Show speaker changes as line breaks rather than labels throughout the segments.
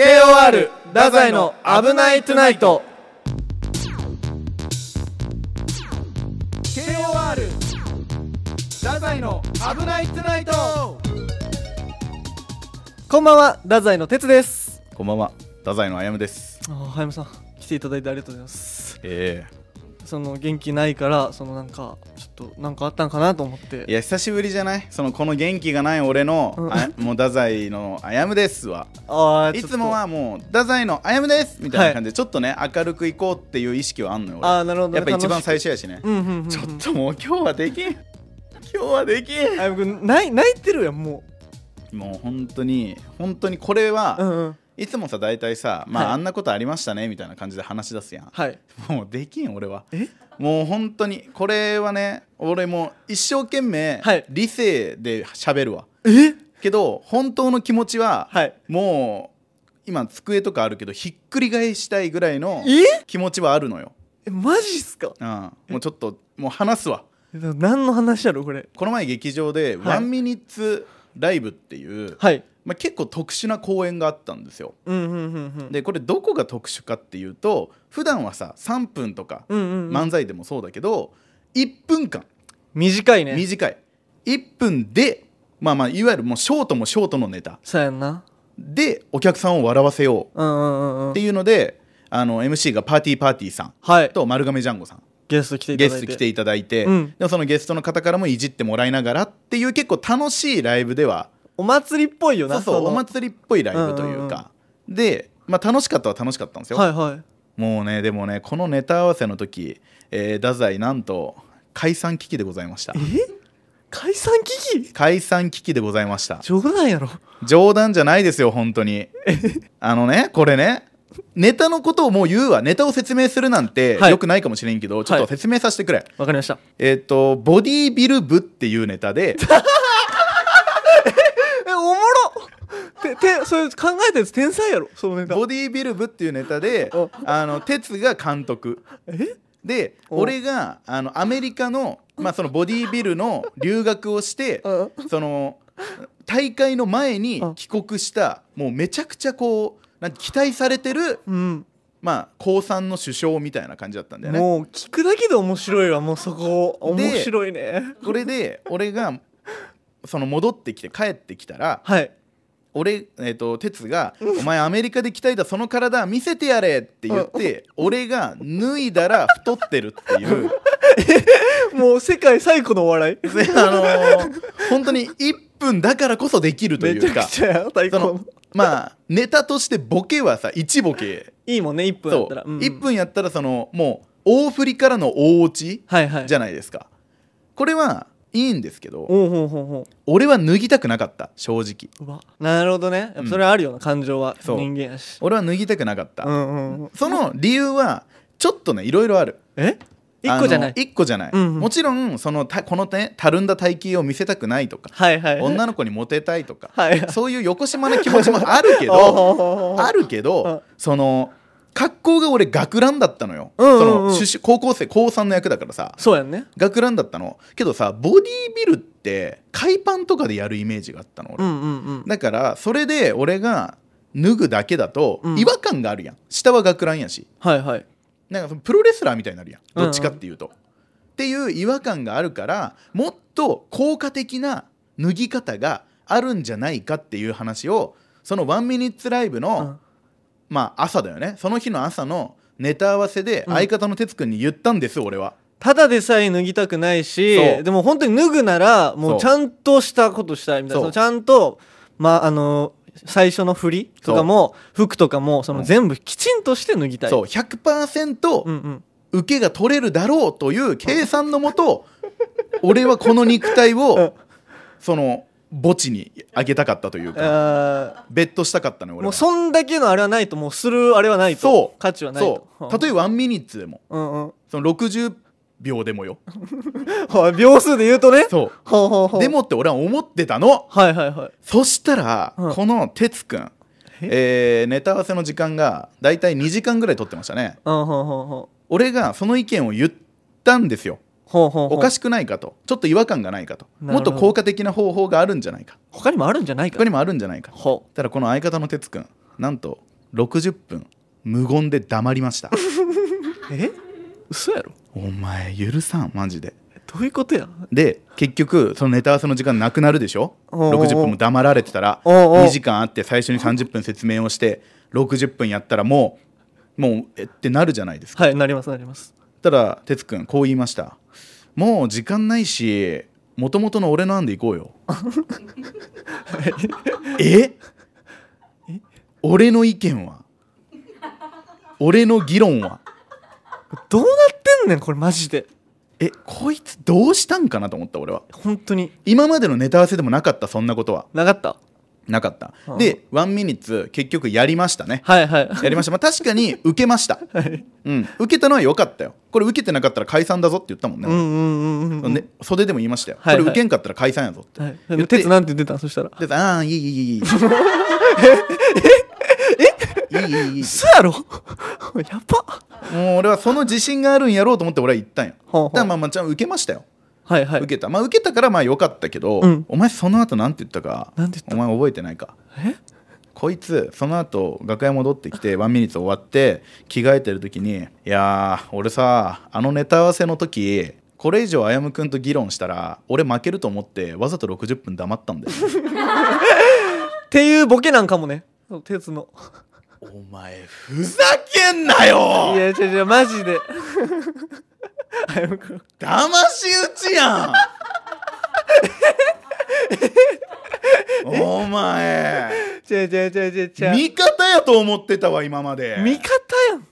KOR 太宰の「危ないトゥナイト」KOR 太宰の「危ないトゥナイト」こんばんは太宰の哲です
こんばんは、太宰のあやむです。
あはやむさん来ていただいてありがとうございます
え
その元気ないからそのなんかちょっとなんかあったんかなと思っ
えい
て
や、久しぶりじゃないその、この元気がない俺の、
うん
あもう太宰のあやむですは。
あー
い
ちょっと
つもはもう、太宰のあやむですみたいな感じで、ちょっとね、明るくいこうっていう意識はあんのよ、俺
あーなるほどね
やっぱ一番
楽しく
最初やしね。
うんうんうんうん
ちょっともう今日はできん。今日はでき
あやむくん泣い泣いてるやんも
ん。もう本当に、本当にこれ
うう
は、
んうん
いつもさ、大体さ、まあ、
はい
あんなことありましたねみたいな感じで話し出すやん。
はい
もうできん俺は
え
もう本当にこれはね俺も一生懸命
はい
理性で喋るわ、
え
けど本当の気持ちは、
はい
もう今机とかあるけどひっくり返したいぐらいの
え
気持ちはあるのよ、
えマジっすか
うん、もうちょっともう話すわ
えだから何の話やろこれ
この前劇場で
は
「
い
ワンミニッツライブっていう、
はい
まあ、結構特殊な公演があったんですよ
うんうんうんうん
でこれどこが特殊かっていうと普段はさ3分とか
うんうんうん
漫才でもそうだけど1分間
短いね
短い1分でまあまあいわゆるもうショートもショートのネタ
そうやんな
でお客さんを笑わせよ
うんうんうんう
うんっていうのであの MC がパーティーパーティーさん
はい
と丸亀ジャンゴさん
ゲスト来ていた
ゲ
だい
ス
て
ト来ていただいて、
うん
でもそのゲストの方からもいじってもらいながらっていう結構楽しいライブでは
お祭りっぽいよな
そうそう
の
お祭りっぽいライブというか、で、まあ、楽しかったは楽しかったんですよ、
はいはい
もうねでもねこのネタ合わせの時、えー、太宰なんと解散危機でござい ました
え解散危機
解散危機でございました
冗談やろ
冗談じゃないですよ本当にあのねこれねネタのことをもう言うわネタを説明するなんて
はい
よくないかもしれんけど、ちょっと説明させてくれ、
わかりました
えっ、とボディービル部っていうネタで
えおもろててそれ考えたやつ天才やろそのネタ
ボディービル部っていうネタで
お
あの哲が監督
え
で
お
俺があのアメリカの,、まあそのボディービルの留学をして
うん
その大会の前に帰国したもうめちゃくちゃこうなんて期待されてる
うん
まあ、高3の首相みたいな感じだったんだよね
もう聞くだけで面白いわもうそこ
で
面白いね
これで俺がその戻ってきて帰ってきたら
はい
俺、えー、と哲が「お前アメリカで鍛えたその体見せてやれ」って言って俺が脱いだら太ってるっていう
もう世界最古のお笑い
であのー本当に1分だからこそできるとい
めち
う
ゃ
か
くちゃや最
そ
高
の
の
まあネタとしてボケはさ1ボケ
いいもんね1分だ
そ
ったら
う1分やったらそのもう大振りからの大落ち
はいはい
じゃ
ゃ
ないですか。これはいいんですけど
おうほうほうほ
俺は脱ぎたくなかった正直
ううわなるほどねやっぱそれはあるような感情は人
そう
間やし
俺は脱ぎたくなかった、
うんうんうん
その理由はちょっとねいろいろある
え一個じゃない
1個じゃない、
うんうん
もちろんそのたこのねたるんだ体型を見せたくないとか
はいはい
女の子にモテたいとか
はいはい
そういうよこしまな気持ちもある けどあ
あ
るけどその格好が俺学ランだったのよ、
うんうんうん
その出身高校生高3の役だからさ
そうやんね
学ランだったのけどさボディービルって海パンとかでやるイメージがあったの俺、
うんうんうん
だからそれで俺が脱ぐだけだと
うん
違和感があるやん、下は学ランやし
はいはい
なんかそのプロレスラーみたいになるやん
うん
どっちかっていうと、っていう違和感があるからもっと効果的な脱ぎ方があるんじゃないかっていう話をその「ワンミニッツライブの、
うん
まあ朝だよねその日の朝のネタ合わせで
うん
相方の哲くんに言ったんです俺は、
ただでさえ脱ぎたくないし
そう
でも本当に脱ぐならも
そうう
ちゃんとしたことしたいみたいなそ
そ
うのちゃんとまああの最初の振りとかも服とかもその
うん
全部きちんとして脱ぎたい
そう100%、
うんうん
受けが取れるだろうという計算のもと俺はこの肉体
うん
をその墓地にあげたかったというか
あ
ベッドしたかったのよ
ー
俺
も
は
うそんだけのあれはないともうするあれはないと
そう
価値はないと
そう例えばワンミニッツでも
うんうん
その60秒で もよ
はい秒数で言うとね
そ
ほうほうほ
う
う
でもって俺は思ってたの
はいはいはい
そしたら、
うん
この哲くんえーネタ合わせの時間がだいたい2時間ぐらい取ってましたね
うんほうほうほう
俺がその意見を言ったんですよ
ほうほうほう
おかしくないかとちょっと違和感がないかと
なる
も
ほ
っ
ど
と効果的な方法があるんじゃないか
他にもあるんじゃないか
他にもあるんじゃないか
ほ
ただこの相方の哲くんなんと60分無言で黙りました
え嘘やろ
お前許さんマジで
どういうことや
で結局そのネタ合わせの時間なくなるでしょ
おうおう
60分も黙られてたら
おうおう
2時間あって最初に30分説明をして60分やったらもうもうえってなるじゃないですか
はいなりますなります
たら哲くんこう言いましたもう時間ないしもともとの俺の案で行こ うよえ俺の意見は俺の議論は
どうなってんねんこれマジで
えこいつどうしたんかなと思った俺は
本当に
今までのネタ合わせでもなかったそんなことは
なかった
なかった
うん
でワンミニッツ結局やりましたね
はいはい
やりました、まあ、確かに受けました、
はい
うん、受けたのは良かったよこれ受けてなかったら解散だぞって言ったもん
うんう
ね、
んうんうん
ね袖でも言いましたよ、
はいはい
これ受けんかったら解散やぞって、言
はい
って
鉄なんて言ってたんそしたら
でああいいいいいいいいえええいいいいいい
嘘やろ やば
もう俺はその自信があるんやろうと思って俺は言ったんよ
ほうほう
だからまあまあちゃん受けましたよ
はいはい
受けたまあ受けたからまあ良かったけど、
うん
お前その後なんて言ったか
なんて言った
お前覚えてないか
え
こいつその後楽屋戻ってきてワンミニッツ終わって着替えてる時に「いやー俺さあのネタ合わせの時これ以上あやむくんと議論したら俺負けると思ってわざと60分黙ったんだよね
っていうボケなんかもねそう鉄の
お前ふざけんなよ
いや違う違うマジであやむくん
騙し討ち やんお前
違う違う違う違う違う
味方やと思ってたわ今まで
味方やん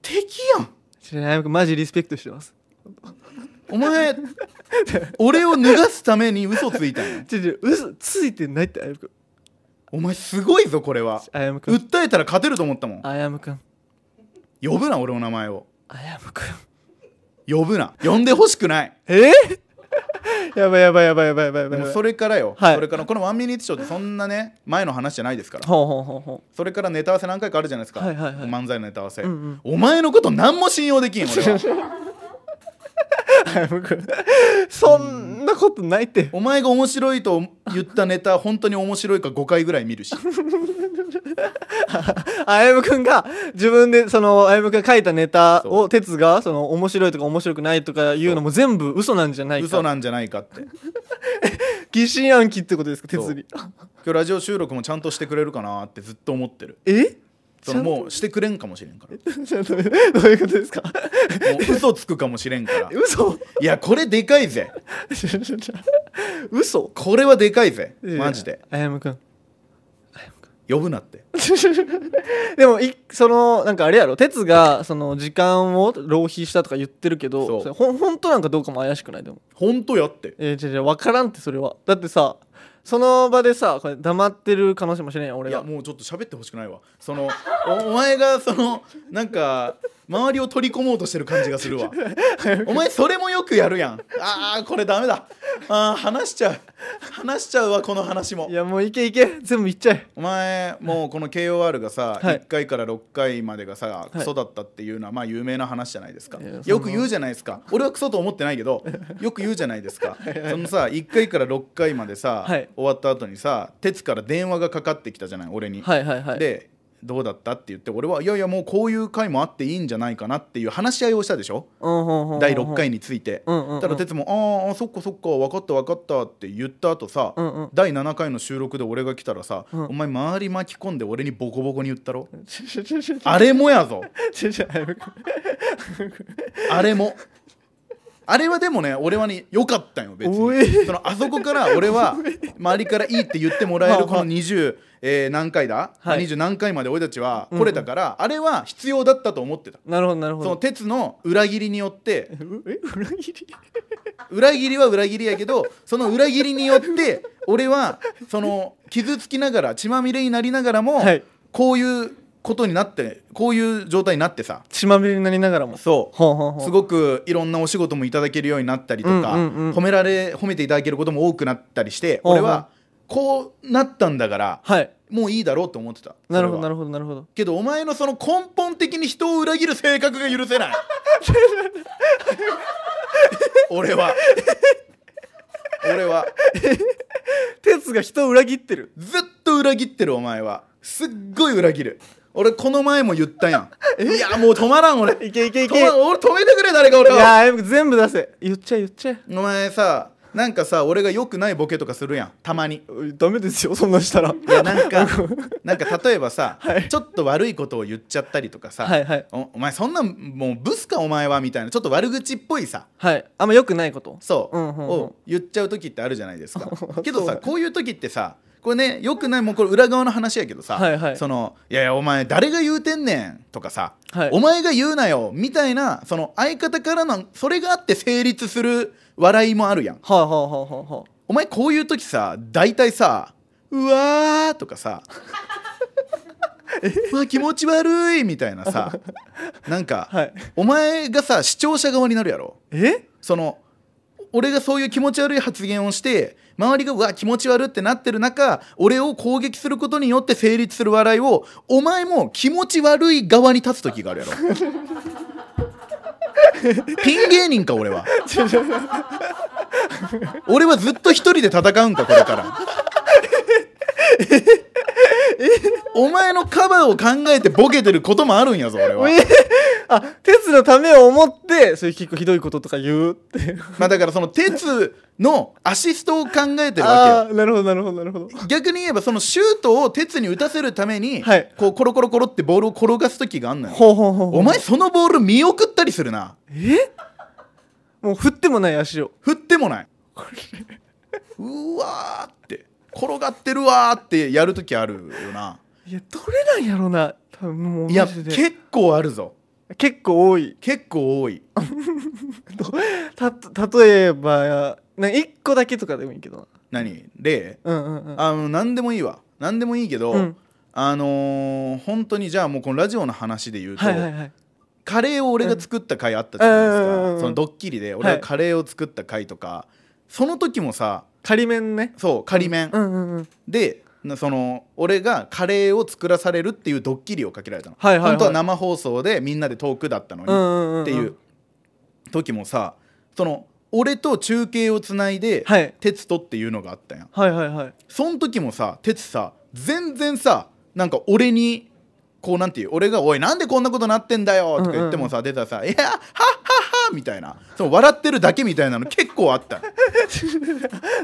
敵やん
違うあやむくんマジリスペクトしてます
お前俺を脱がすために嘘ついたんや
違う違う嘘ついてないってあやむくん
お前すごいぞこれは
あやむくん
訴えたら勝てると思ったもん
あやむくん
呼ぶな俺の名前を
あやむくん
呼ぶな呼んでほしくない
えー やばいやばいやばいやばいやばいやばい
もうそれからよ、
はい
それからこのワンミニッツショーってそんなね前の話じゃないですから
ほうほうほうほ
それからネタ合わせ何回かあるじゃないですか、
はいはいはい
漫才のネタ合わせ、
うんうん
お前のこと何も信用できん俺 は
うあやむくんそんなことないって
お前が面白いと言ったネタ本当に面白いか5回ぐらい見 るし
あやむくんが自分でそのあやむくんが書いたネタ
そ
を哲がその面白いとか面白くないとかいうのも全部嘘なんじゃないか
嘘なんじゃないかって今
疑心暗鬼ってことですか哲に
日ラジオ収録もちゃんとしてくれるかなってずっと思ってる
え
そのもうしてくれんかもしれんから
ちょっと どういうことですか
もう嘘つくかもしれんから
嘘
いやこれでかいぜ
嘘
これはでかいぜマジで
あやむくん
呼ぶなって
でもいそのなんかあれやろ哲がその時間を浪費したとか言ってるけ
そう
どそれほん本当なんかどうかも怪しくないでも
本当やって
えー、違う違う分からんってそれはだってさその場でさこれ黙ってる可能性もしれんやん俺
い
が
やもうちょっと喋ってほしくないわそのおお前がそのなんか周りを取り込もうとしてる感じが するわお前それもよくやるやんあーこれダメだあー話しちゃう話しちゃうわこの話も
いやもういけいけ 全部いっちゃえ
お前もうこの KOR がさ、
はい
1回から6回までがさ、
い
クソだったっていうのはまあ有名な話じゃないですか
いやそんな
よく言うじゃないですか俺はクソと思ってないけどよく言うじゃないですかそのさ1回から6回までさ、
はい
終わった後にさ鉄から電話がかかってきたじゃない俺に、
はいはいはい
でどうだったって言って俺はいやいやもうこういう回もあっていいんじゃないかなっていう話し合いをしたでしょ
うんうんうんうん
第6回 について、
うんうんうん
ただ哲も「ああそっかそっか分かった分かった」って言った後さ、
うんうん
第7回の収録で俺が来たらさ、
ん
お前周り巻き込んで俺にボコボコに言ったろ
ちょちょちょちょ
あれもやぞ
ちょちょあやむくん
あれもあれはでもね俺はね良かったんよ別
おえ
にそのあそこから俺は周りからいいって言ってもらえるこの20、えー何回だ、
はい
20何回まで俺たちは来れたから、あれは必要だったと思ってた。
なるほどなるほ
その
ど
鉄の裏切りによって
うえ裏切り
裏切りは裏切りやけどその裏切りによって俺はその傷つきながら血まみれになりながらも、
はい
こういうことになってこういう状態になってさ
血まみれになりながらも
そう
ほうほうほう
すごくいろんなお仕事もいただけるようになったりとか、
うんうんうん
褒められ褒めていただけることも多くなったりして
ほうほ
俺
う
はこうなったんだから
はい
もういいだろうと思ってた
なるほどな
それは
るほどなるほど
けどお前のその根本的に人を裏切る性格が許せ ない俺は俺は
哲が人を裏切ってる
ずっと裏切ってるお前はすっごい裏切る俺この前も言ったやんいやもう止まらん俺
いけいけい
止
けい
まらん俺止めてくれ誰か俺を
やー全部出せ言っちゃえ言っちゃえ
お前さなんかさ俺が良くないボケとかするやんたまに
ダメですよそんなんしたら
いやなん かなんか例えばさ、
はい
ちょっと悪いことを言っちゃったりとかさ、
はいはい
おお前そんなんもうブスかお前はみたいなちょっと悪口っぽいさ
はいあんま良くないこと
そう、
うんうんうん
を言っちゃう時ってあるじゃないです かけど
そう
さ
だ
こういう時ってさこれねよくないもうこれ裏側の話やけどさ「
はいはい
そのいやいやお前誰が言うてんねん」とかさ、
はい
お前が言うなよ」みたいなその相方からのそれがあって成立する笑いもあるやん。
はあはあはあはあは
お前こういう時さ大体さ「うわー」と かさ「うわ気持ち悪い」みたいなさなんか、
はい
お前がさ視聴者側になるやろ
え
その俺がそういう気持ち悪い発言をして周りが「うわ気持ち悪い」ってなってる中俺を攻撃することによって成立する笑いをお前も気持ち悪い側に立つ時が あるやろピン芸人か俺は俺はずっと一人で戦うんかこれからお前のカバーを考えてボケてることもあるんやぞ俺は
あ鉄のためを思ってそういう結構ひどいこととか言うっていう
まあだからその鉄のアシストを考えてるわ
ああーなるほどなるほどなるほど
けよ逆に言えばそのシュートを鉄に打たせるために、
はい
こうコロコロコロってボールを転がす時があんのよ
ほうほうほうほう
お前そのボール見送ったりするな
えもう振ってもない足を
振ってもないこれうわーって転がってるわーってやる時あるよない
や取れないやろな多分もう
いや
マジで
結構あるぞ
結構多い
結構多い
たと例えばな1個だけとかでもいいけどな
何例
うんうんうん
あの何でもいいわ何でもいいけど、
うん
あのー本当にじゃあもうこのラジオの話で言うと、
はいはいはい
カレーを俺が作った回あったじゃないです
うんうんうん
か、
うん
そのドッキリで俺がカレーを作った回とか、その時もさ
仮面ね
そう仮面、
うんうんうん
でなその俺がカレーを作らされるっていうドッキリをかけられたの、
はいはいはい
本当は生放送でみんなでトークだったの
うんうんんん
にっていう時もさその俺と中継をつないで、
はい
鉄とっていうのがあったやん
はいはいはい
その時もさ哲さ全然さなんか俺にこうなんていう俺が「おいなんでこんなことなってんだよ」とか言ってもさ出たらさ「いやはっはっは」みたいなその笑ってるだけみたいなの結構あった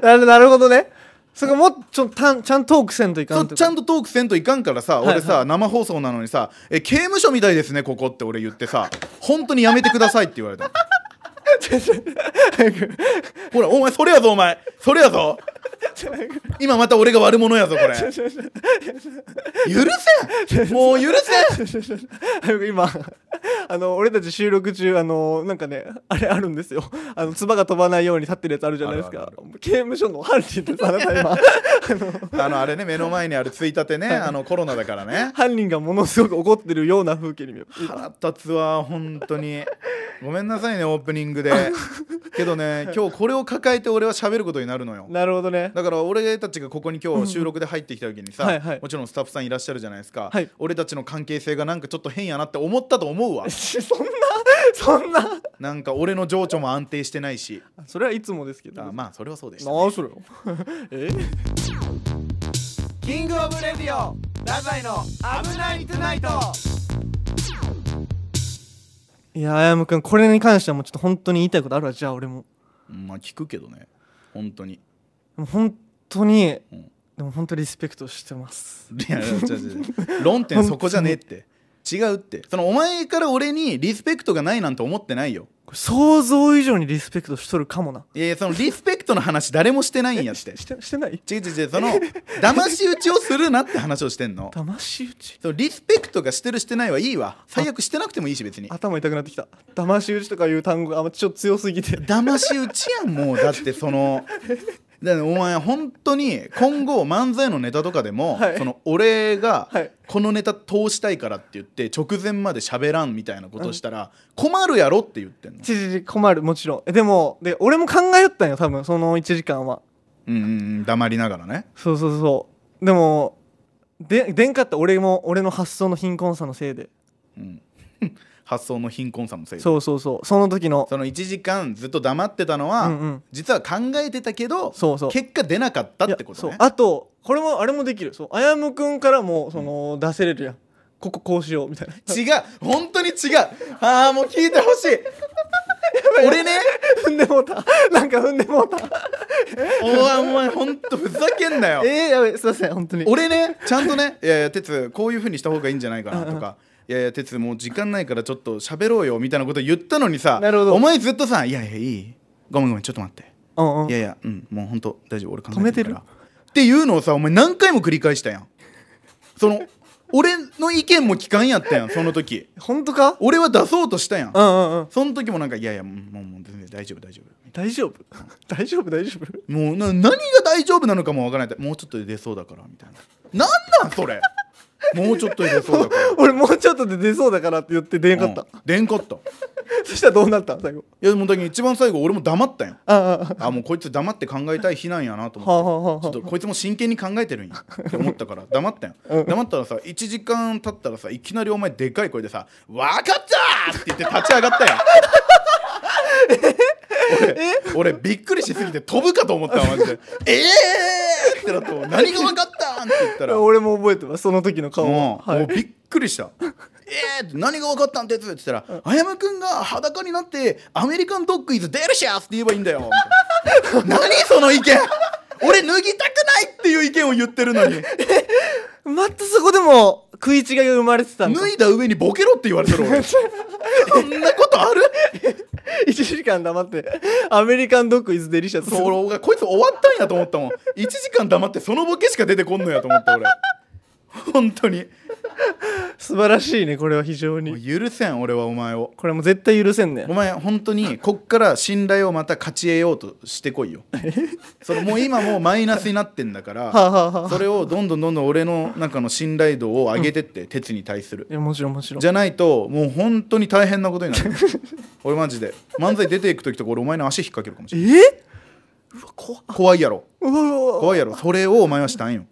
なるなるほどねそこもうちょたんちゃんとトークせんといか
そ
ん
う
と
ちゃんとトークせんといかんからさ
はいはい
俺さ生放送なのにさ「え刑務所みたいですねここ」って俺言ってさ 「本当にやめてください」って言 われたのほらお前それやぞお前それやぞ今また俺が悪者や ぞこれ許せんもう許せ ん
今あの俺たち収録中あのなんかねあれあるんですよあの唾が飛ばないように立ってるやつあるじゃないです
あ
か
る
刑務所の犯人ですあなた 今あの
あのあれね目の前にあるついたてねあのコロナだからね
犯人がものすごく怒ってるような風景に見える
腹立つわ本当にごめんなさいねオープニングでけどね今日これを抱えて俺は喋ることになるのよ
なるほどね
だから俺たちがここに今日収録で入ってきた時にさ、
はいはい
もちろんスタッフさんいらっしゃるじゃないですか、
はい
俺たちの関係性がなんかちょっと変やなって思ったと思 うわ
そんなそんな
なんか俺の情緒も安定してないし
それはいつもですけど
あ
な
まあそれはそうでした、
あそれよ え
キングオブレディオラザイの危ないトゥナイト
いやあやむくんこれに関してはもうちょっと本当に言いたいことあるわじゃあ俺も
まあ聞くけどね本当に
でも本当に、
うん
でも本当リスペクトしてます
いや違う違う違う論点そこじゃねえって違うってそのお前から俺にリスペクトがないなんて思ってないよ
これ想像以上にリスペクトしとるかもない
やいやそのリスペクトの話誰もしてないんやって
してしてない
違う違う違うその騙し討ちをするなって話をしてんの
騙し討ち
そのリスペクトがしてるしてないはいいわ最悪してなくてもいいし別に
頭痛くなってきた騙し討ちとかいう単語があんまちょっと強すぎて
騙し討ちやんもうだってそ のだからお前本当に今後漫才のネタとかでも、
はい
その俺が
はい
このネタ通したいからって言って直前まで喋らんみたいなことしたら困るやろって言ってんの
ちちち困るもちろんえでもで俺も考えよったんよ多分その1時間は
うんうんうん黙りながらね
そうそうそうでもででんかった俺も俺の発想の貧困さのせいで
うん発想の貧困さもせいで
そうそうそうその時の
その1時間ずっと黙ってたのは、
うんうん
実は考えてたけど
そうそう
結果出なかったっ
いや
てこと
そう
ね
あとこれもあれもできるそうあやむくんからもその、出せれるやんこここうしようみたいな
違う本当に違うああもう聞いてほしい俺ね
踏んでもうたなんか踏んでもうた
おお前ほんとふざけんなよ
えー、やべすいません本当に
俺ねちゃんとね「いやいや哲こういうふうにした方がいいんじゃないかな」
うん
と
うん
か「いやいや哲もう時間ないからちょっと喋ろうよ」みたいなこと言ったのにさ
なるほど
お前ずっとさ「いやいやいいごめんごめんちょっと待って」
うんうん
いやいやうんもうほんと大丈夫俺考
止
え
め
て
て
る
る
からっていうのをさお前何回も繰り返したやんその俺の意見も聞かんやったやんその時
本当か
俺は出そうとしたやん
うんうんうん
その時もなんか「いやいやもうもうもう全然大丈夫大丈夫」
大丈夫 大丈夫大丈夫
もうな何が大丈夫なのかもわからないもうちょっとで出そうだからみたいななんなんそれもうちょっとで出そう だから
俺もうちょっとで出そうだからって言って出なかった、
うん出んかったい
そしたらどうなった最後
やもうだけど一番最後俺も黙ったよ
ああああ
あもうこいつ黙って考えたい日なんやなと
はあは
思
あはあ
ってちょっとこいつも真剣に考えてるんやって思ったから黙ったよ
うん
黙ったらさ1時間経ったらさいきなりお前でかい声でさ「わかった!」って言って立ち上がったよ俺俺びっくりしすぎて飛ぶかと思ったわマジで「ええー!」ってなったもん何がわかったんって言ったら
俺も覚えてますその時の顔
も
は、
う
はい
も、
う
びっくりした「えー!」って何が分かったんですって言ったら「あやむくんが裸になってアメリカンドッグイズデルシャスって言えばいいんだよ」 何その意見俺脱ぎたくないっていう意見を言ってるのに
またそこでも食い違いが生まれてたんだ
脱いだ上にボケろって言われてる俺そんなことある
1時間黙ってアメリカンドッグイズデリシャス
そう俺がこいつ終わったんやと思ったもん1時間黙ってそのボケしか出てこんのやと思った俺本 当に
素晴らしいねこれは非常
もう
に
許せん俺はお前を
これもう絶対許せんね
お前本当にこっから信頼をまた勝ち得ようとしてこいよそのもう今もうマイナスになってんだ
は
か
あ、
ら
はあはあ、
それをどんどんどんどん俺の中の信頼度を上げ てって、鉄に対する
いやもちろんもちろん
じゃないともう本当に大変なことにな る俺マジで漫才出ていく時とか俺お前の足引っ掛けるかもし
え
れない
ーうわ 怖っ
怖いやろ
うわうわうわ
怖いやろそれをお前はした んよ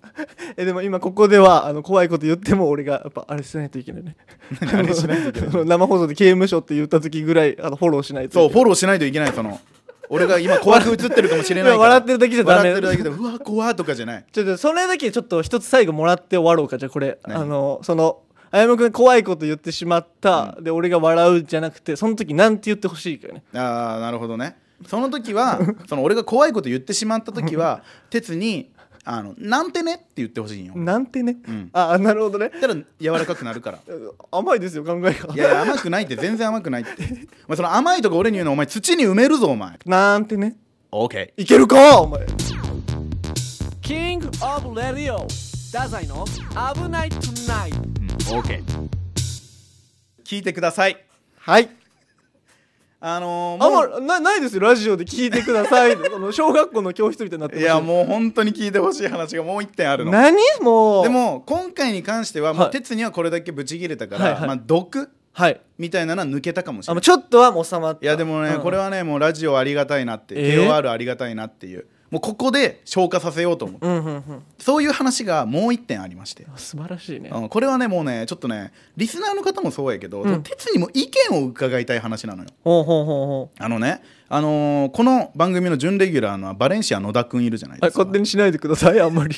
えでも今ここではあの怖いこと言っても俺がやっぱあれしないといけない ね
あれしないといけない
あの 生放送で刑務所って言った時ぐらいあのフォローしないと
そう
い
フォローしないといけないその俺が今怖く映ってるかもしれないから
笑ってるだけじゃダメ
笑ってるだけでうわ怖とかじゃない
ちょっとそれだけちょっと一つ最後もらって終わろうかじゃあこれ
何
あのそのあやむくん怖いこと言ってしまった、で俺が笑うじゃなくてその時なんて言ってほしいかよね
ああなるほどねその 時はその俺が怖いこと言ってしまった時は哲にあの「なんてね」って言ってほしいんよ
なんてね、
ん
ああなるほどね
だから柔らかくなるから
甘いですよ考えが
いやいや甘くないって全然甘くないってお前その甘いとか俺に言うのお前土に埋めるぞお前
なんてね
OK
いけるかお前
キングオブレディオダザイの危ないトゥナイト
OK 聞いてください
はい
あのー
あん
もう
まなないですよラジオで聞いてください この小学校の教室みたいになって
い
ます
やもう本当に聞いてほしい話がもう一点あるの
何もう
でも今回に関してはも
は
う
い
哲にはこれだけブチ切れたか
は
ら、
いはい
まあ毒
はい
みたいなのは抜けたかもしれ
あ
な
も
いう
ちょっとはもう収まった
いやでもね、
うん
これはねもうラジオありがたいなって、
えー
KOR ありがたいなっていうもうここで消化させようと思って、
うんうんうん
そういう話がもう一点ありまして、
あ素晴らしいね
うんこれはねもうねちょっとねリスナーの方もそうやけど、
うん
鉄にも意見を伺いたい話なのよ
ほうほうほうほう
あのねあのーこの番組の準レギュラーのバレンシア野田くんいるじゃない
あ
ですか
勝手にしないでくださいあん まり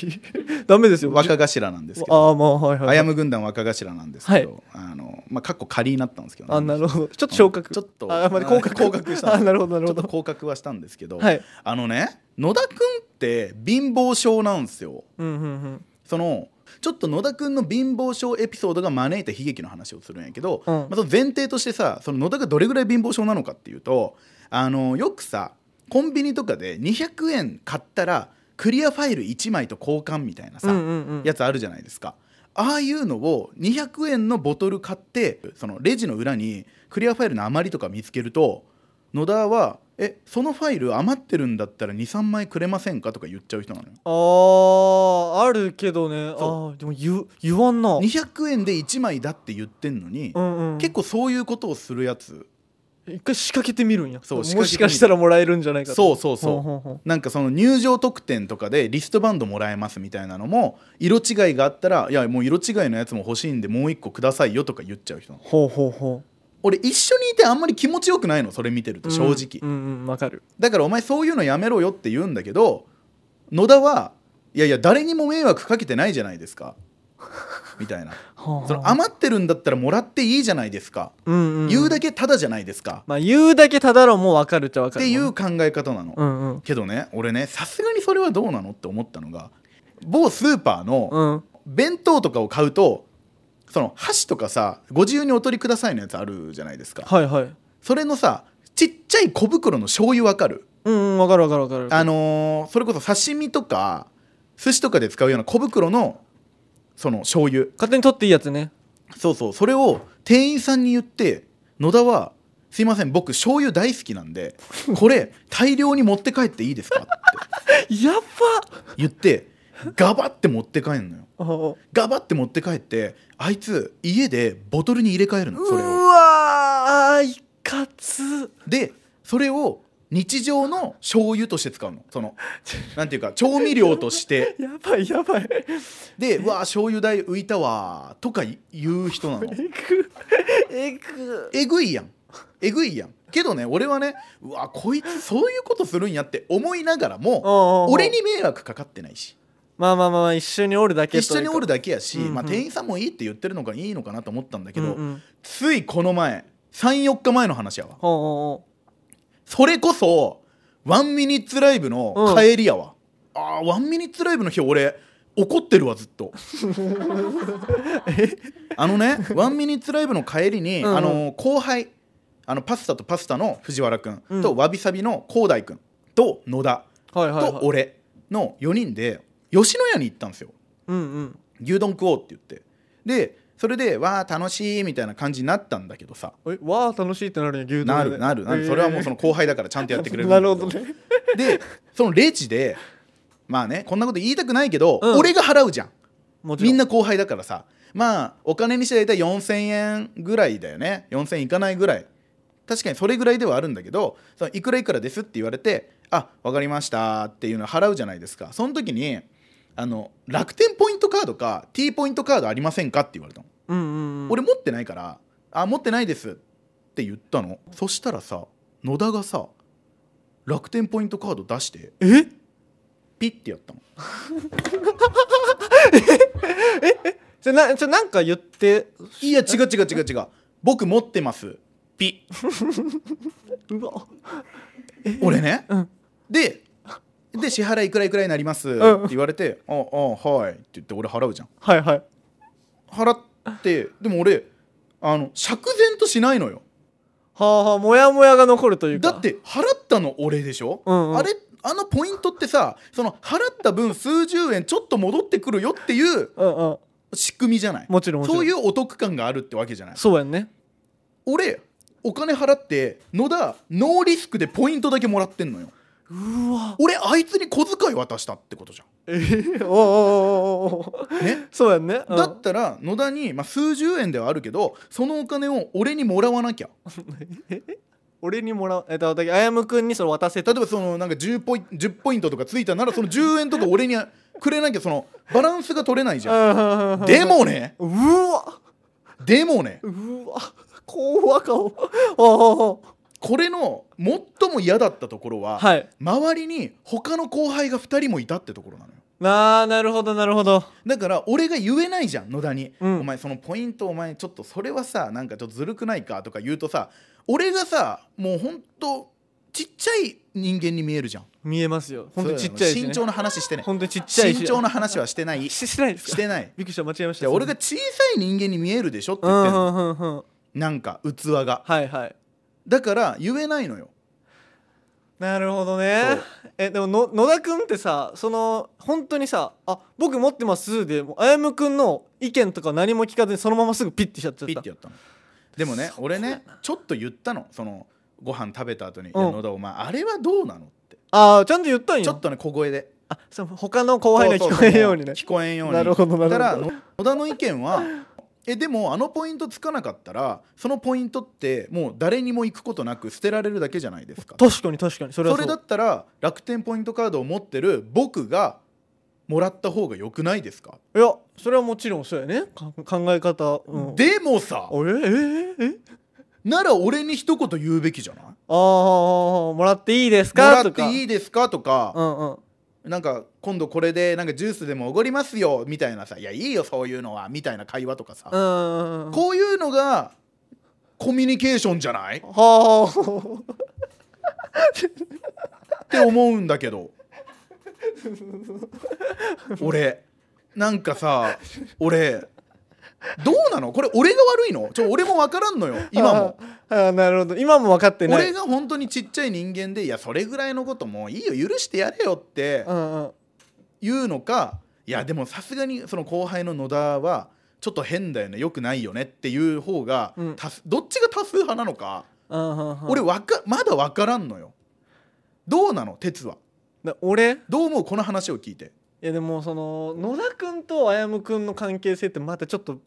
ダメですよ
若頭なんですけど
ああまあはいはい
あやむ軍団若頭なんですけど、あのまあ、かっこ仮になったんですけどね、
あなるほどちょっと昇格、
ちょっと
あまあ降格
降格したん です
あなるほどなるほ
ちょっと
ど
降格はしたんですけど、
はい
あのね野田くんって貧乏症なんですよ
うんうん
そのちょっと野田くんの貧乏症エピソードが招いた悲劇の話をするんやけど、
うん
まあ、その前提としてさその野田がどれぐらい貧乏症なのかっていうとあのよくさコンビニとかで200円買ったらクリアファイル1枚と交換みたい
う
な
んうん
さ、
うんうん
やつあるじゃないですかああいうのを200円のボトル買ってそのレジの裏にクリアファイルの余りとか見つけると野田は「えそのファイル余ってるんだったら23枚くれませんか?」とか言っちゃう人なのよ
あーあるけどねあ
そ
ーでも言う言わんな、
200円で1枚だって言ってんのに、
うんうん、
結構そういうことをするやつ
一回仕掛けてみるんや
そう仕
も
掛け
して
みる
かしたらもらえるんじゃないかと
そうそうそう
ほほほ
なんかその入場特典とかでリストバンドもらえますみたいなのも色違いがあったら「いやもう色違いのやつも欲しいんでもう一個くださいよ」とか言っちゃう人なの
ほうほうほ
俺一緒にいてあんまり気持ちよくないのそれ見てると正直、
うんうんうんわかる
だからお前そういうのやめろよって言うんだけど野田はいやいや誰にも迷惑かけてないじゃないですかみたいなその余ってるんだったらもらっていいじゃないですか、
うんうん
言うだけただじゃないですか、
まあ言うだけただろうもわかるっちゃわか
っ
る
てい
もん
う考え方なの、
うんうん
けどね俺ねさすがにそれはどうなのって思ったのが某スーパーの
うん
弁当とかを買うとその箸とかさご自由にお取りくださいのやつあるじゃないですか
はいはい
それのさちっちゃい小袋の醤油わかる
うんうんわかるわかるわかる
あのーそれこそ刺身とか寿司とかで使うような小袋のその醤油
勝手に取っていいやつ ね
そうそうそれを店員さんに言って野田は「すいません僕醤油大好きな んでこれ大量に持って帰っていいですか?」って
やっ
言ってガバって持って帰るのよ
ばお
ガバって持って帰ってあいつ家でボトルに入れ替えるのそれを
うわーいかつ
でそれを日常の醤油として使うのそのなんていうか調味料として
やばいやばい
で「うわ醤油代浮いたわ」とか言う人なの
えぐえぐ
えぐいやんえぐいやんけどね俺はねうわこいつそういうことするんやって思いながらも
おうおうおう
俺に迷惑かかってないし
まあまあまあまあ一緒におるだけ
一緒におる
だ
だけやし、
うんうん
まあ、店員さんもいいって言ってるのがいいのかなと思ったんだけ
け
ど、
うんうん、
ついこの前34日前の話やわ
ほうほ
それこそワンミニッツライブの帰りやわ、あーワンミニッツライブの日俺怒ってるわずっ とあのねワンミニッツライブの帰りに、
うんうん
あの後輩あのパスタとパスタの藤原君
うん
と、わびさびの広大君と野田
うほうはいはい
と
はい
俺の4人で吉野家に行ったんですよ
うんうん
牛丼食おうって言ってでそれでわあ楽しいみたいな感じになったんだけどさ
えわあ楽しいってなるんや牛丼
なるなるなる、それはもうその
の
後輩だからちゃんとやってくれるん だ
な
け
るほどね
でそのレジでまあねこんなこと言いたくないけど、
うん
俺が払うじゃん
もちろ
みんな後輩だからさまあお金にして大体4000円ぐらいだよね4000円いかないぐらい確かにそれぐらいではあるんだけどそのいくらいくらですって言われてあわかりましたっていうのを払うじゃないですかその時にあの楽天ポイントカードか T ポイントカードありませんかって言われたの、
うんうんうん
俺持ってないからあ持ってないですって言ったのそしたらさ野田がさ楽天ポイントカード出して
え
ピッてやったの
じゃなじゃなんか言って
いや違う違う違う違う僕持ってますピ
うわ
俺ね、
うん
でで支払いいくらいくらになりますって
ん
言われて「ああはい」って言って俺払うじゃん
はいはい
払ってでも俺あの釈然としないのよ
はあはあもやもやが残るというか
だって払ったの俺でしょ、
うんうん
あれあのポイントってさその払った分数十円ちょっと戻ってくるよっていう
うんうん
仕組みじゃない
もちろんもちろん
そういうお得感があるってわけじゃない
そうやんね
俺お金払って野田ノーリスクでポイントだけもらってんのよ
うわ
俺あいつに小遣い渡したってことじゃ
えー、おおおおお
んね
そうやんね、うん
だったら野田に、まあ、数十円ではあるけどそのお金を俺にもらわなきゃ
俺にもらうえっとだけあやむくんにそれ渡せ
例
た
えばそのなんか 10, ポイ10ポイントとかついたならその10円とか俺にくれなきゃそのバランスが取れないじゃんでもね
うわ
でもね
うわ怖顔おお
これの最も嫌だったところは、
はい
周りに他の後輩が2人もいたってところなのよ
なあなるほどなるほど
だから俺が言えないじゃん野田に、
うん
お前そのポイントお前ちょっとそれはさなんかちょっとずるくないかとか言うとさ俺がさもうほんとちっちゃい人間に見えるじゃん
見えますよ本当にちっちゃいし、ね、
そうなの慎重な話してない
本当にちっちゃいし
慎重な話はしてない
ししてないですか
してない
びっくりした間違えまし
で
た
俺が小さい人間に見えるでしょって
う
言ってん
んう
の
んうんうん
なんか器が
はいはい
だから言えないのよ
なるほどねえでもの野田くんってさその本当にさ「あ僕持ってます」でもうあやむくんの意見とか何も聞かずにそのまますぐピッてしちゃっちゃった
ピッてやったのでもね俺ねちょっと言ったのそのご飯食べた後に「いや
うん
野田お前あれはどうなの?」って
ああちゃんと言ったんや
ちょっとね小声で
あそう他の後輩には聞こえんようにね
聞こえんように
なるほどなるほど
だからの野田の意見はえでもあのポイントつかなかったらそのポイントってもう誰にも行くことなく捨てられるだけじゃないですか
確かに確かにそれは
そ
そう
れだったら楽天ポイントカードを持ってる僕がもらった方が良くないですか、
いやそれはもちろんそうやねか考え方、うん、
でも
あ
さ
ええええ
なら俺に一言言うべきじゃないも
あーもらっていいです
ら
か
っ
とか
ていいですかとか
う、んうん
なんか今度これでなんかジュースでもおごりますよみたいなさ「いやいいよそういうのは」みたいな会話とかさ、
うんうん
こういうのがコミュニケーションじゃないっ
はあ
て思うんだけど俺なんかさ俺どうなのこれ俺が悪いのちょ俺も分からんのよ今も。
あーあーなるほど今も分かってない
俺が本当にちっちゃい人間でいやそれぐらいのこともいいよ許してやれよって
うんうん
言うのかいやでもさすがにその後輩の野田はちょっと変だよねよくないよねっていう方が、
うん
多数どっちが多数派なのか、
うんうんうん
俺わかまだ分からんのよどうなの哲は
だ俺い
どう思うこの話を聞いて
やでもその野田君と歩夢君の関係性ってまたちょっと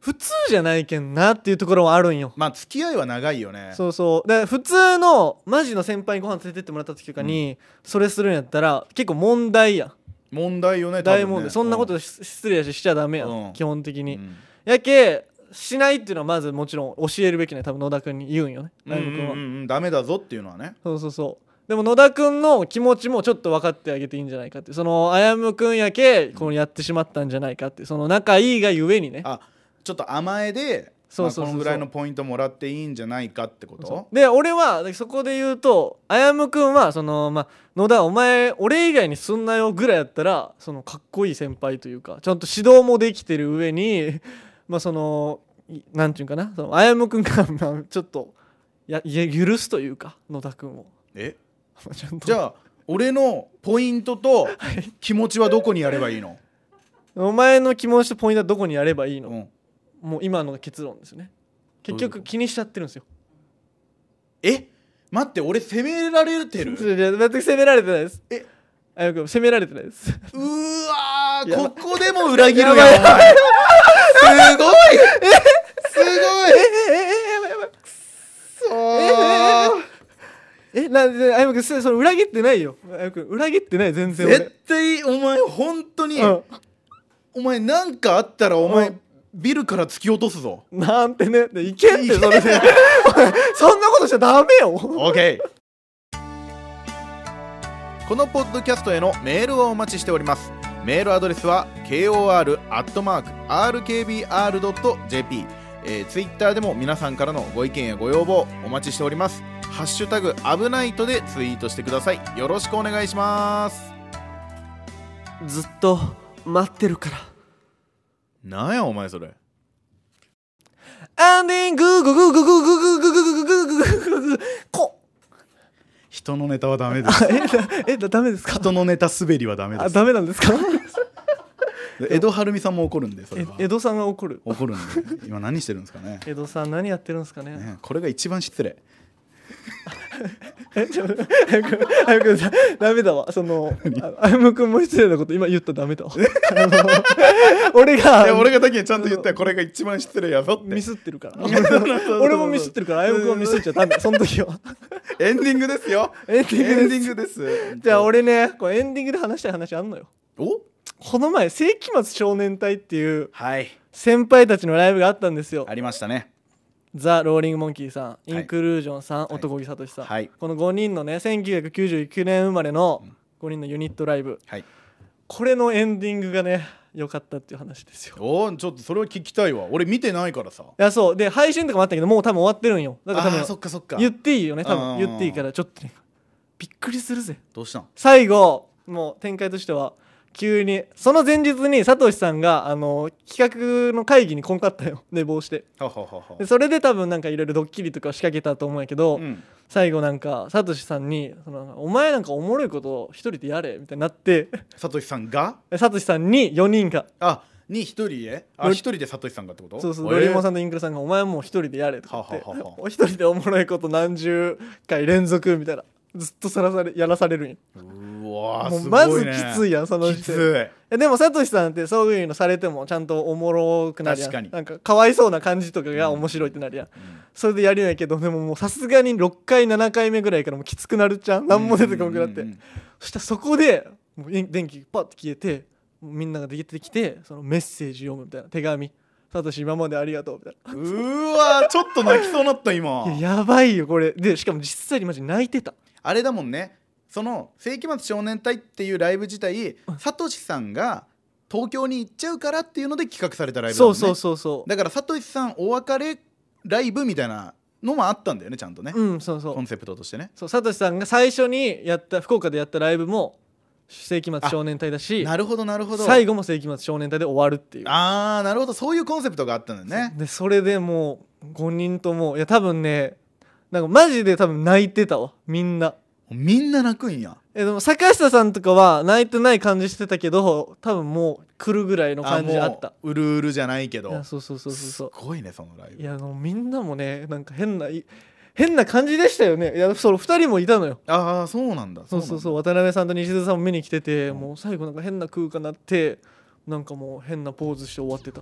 普通じゃないけんなっていうところはあるんよ
まあ付き合いは長いよね
そうそうだから普通のマジの先輩にご飯連れてってもらった時とかに、それするんやったら結構問題やん
問題よね多分
大
ね
問題、そんなことし失礼やししちゃダメやん、
うん
基本的
うん
に、
うん
やけしないっていうのはまずもちろん教えるべきね多分野田君に言うんよね
うんう
大夢君は、
んうんダメだぞっていうのはね
そうそうそうでも野田君の気持ちもちょっと分かってあげていいんじゃないかってその歩君やけこうやってしまったんじゃないかってその仲いいがゆえにね
あちょっと甘えで
そうそうそうそう
まあこのぐらいのポイントもらっていいんじゃないかってこと
そうで俺はでそこで言うと歩くんはその、まあ、野田お前俺以外にすんなよぐらいやったらそのかっこいい先輩というかちゃんと指導もできてる上に まあそのいなんていうんかなその歩くんが、 まあ、ちょっとやいや許すというか野田君を
え
ちゃんと
じゃあ俺のポイン トと
い
気持ちはどこにやればいいの、
お前の気持ちとポイントはどこにやればいいの、
うん、
もう今のが結論ですよね結
どういう
局
こ
気にしちゃってるんですよ
え待って俺責められてる
それで全く責められてないです
え
歩くん責められてないです
うーわー
やば
ここでも裏切るやんお
やばい
前すごいす
ええ
ごい
ええやばいやばい
そう
えなんであやむくんそそれ裏切ってないよあやむくん裏切ってない全然俺
絶対お前本当に、
うん
お前なんかあったらお
う
前
ん
ビルから突き落とすぞ
なんてねでいけって
いけ
それでそんなことしちゃダメよ
OK このポッドキャストへのメールをお待ちしておりますメールアドレスは kor.rkbr.jp えー、ツイッターでも皆さんからのご意見やご要望お待ちしておりますハッシュタグアブナイトでツイートしてくださいよろしくお願いします
ずっと待ってるから
なんやお前それ
エンディンググググググググググググググググこ
人のネタはダメです
えだえだダメですか
人のネタ滑りはダメ
あダメなんですか
江戸晴美さんも怒るんでそ
え江戸さんが怒る
怒るんで今何してるんですかね
江戸さん何やってるんですかね
これが一番失礼
えちょ早く早くだダメだわそのああやむくんも失礼なこと今言ったらダメ だわあの俺が
いや俺がだけちゃんと言ったらこれが一番失礼やぞって
ミスってるから俺もミスってるからあやむくんはミスっちゃダメその時は
エンディングですよ
エンディングです
エンディングです
じゃあ俺ねこれエンディングで話したい話あんのよ
お
この前世紀末少年隊っていう
はい
先輩たちのライブがあったんですよ
ありましたね
ザ・ローリング・モンキーさんイ
はい
ンクルージョンさん、
い
男木聡さん、
はい
この5人のね1999年生まれの5人のユニットライブ
はい
これのエンディングがね良かったっていう話ですよ
おーちょっとそれは聞きたいわ俺見てないからさ
いやそうで配信とかもあったけどもう多分終わってるんよだから
あー
多
そっ
分
かそっか
言っていいよね多
うんうん
分
うん
言っていいからちょっとねびっくりするぜ
どうしたん
最後もう展開としては急にその前日にサトシさんがあの企画の会議にこんかったよ 寝坊して
はははは
でそれで多分なんかいろいろドッキリとかを仕掛けたと思うんやけど、
うん
最後なんかサトシさんにその「お前なんかおもろいことを一人でやれ」みたいになって
さとしさんが
でサトシさんに4人が
あに一人へあ
ロリ
一人でさとしさんがってこと
そうそう、
えー
ドリモンさんとインクルさんが「お前もう一人でやれ」とか言って
はははは
お一人でおもろいこと何十回連続」みたいなずっとさらされやらされるんよ
うわ
も
ー
う
す
ま
ごい
ず
ね
きついやんその
き
時点
つ
えでもサトシさんってそういうのされてもちゃんとおもろくなるやん
確かに
なんかかわいそうな感じとかが面白いってなるやん、
いうん
それでやるんやけどでももうさすがに6回7回目ぐらいからもうきつくなるじゃん何も出てこなくなって、
うんうんうん
そしたらそこでもう電電気パッて消えてみんなが出てきてそのメッセージ読むみたいな手紙サトシ今までありがとう」みたいな
うーわちょっと泣きそうになっ た今
いややばいよこれでしかも実際にマジ泣いてた
あれだもんねその「世紀末少年隊」っていうライブ自体サトシさんが東京に行っちゃうからっていうので企画されたライブだ
そ
もん
う
ね
そうそうそ
だからサトシさんお別れライブみたいなのもあったんだよねちゃんとね、
ううんそうそ
コ
う
ンセプトとしてね
そうサトシさんが最初にやった福岡でやったライブも世紀末少年隊だし
なるほどなるほど
最後も世紀末少年隊で終わるっていう
ああなるほどそういうコンセプトがあったんだよね
でそれでもう5人ともいや多分ねなんかマジで多分泣いてたわみんな
みんな泣くんや
えでも坂下さんとかは泣いてない感じしてたけど多分もう来るぐらいの感じあった
もううるうるじゃないけど
いやそうそうそうそうそう
すごいねそのライ
い
ブ
やあのみんなもねなんか変ない変な感じでしたよねいやその2人もいたのよ
ああそうなんだ
そうそうそう
う
渡辺さんと西津さんも見に来てて、
ん
もう最後なんか変な空間になってなんかもう変なポーズして終わってた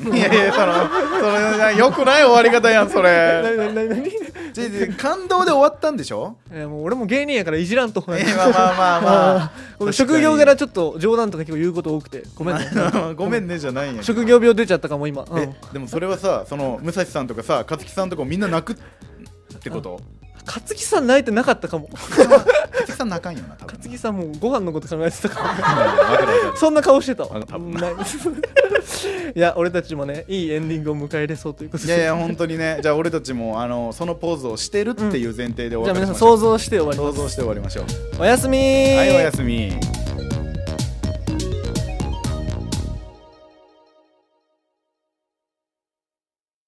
なんだいやいやそのそれよくない終わり方やん それ
なになになに
ちょちょ感動で終わったんでしょ
えーもう俺も芸人やからいじらんと、
えーまあまあまあま あ
俺職業柄ちょっと冗談とか結構言うこと多くてごめんね
ごめんねじゃないんや
職業病出ちゃったかも今、うん
えでもそれはさその武蔵さんとかさ勝木さんとかみんな泣くってこと
勝木さん泣いてなかったかも
勝木さん泣かんよな多分
勝木さんもうご飯のこと考えてたから
うんわかるわかる
そんな顔してたわ
あ多分
ない いや俺たちもねいいエンディングを迎えれそうということ
い
で
やいや本当にねじゃあ俺たちもあのそのポーズをしてるっていう前提で終
じゃ
わ
あ
り
皆
ま
さん
しょ
想
う
像して終わり
想
ます
像して終わりましょう
おやすみ
はいおやすみ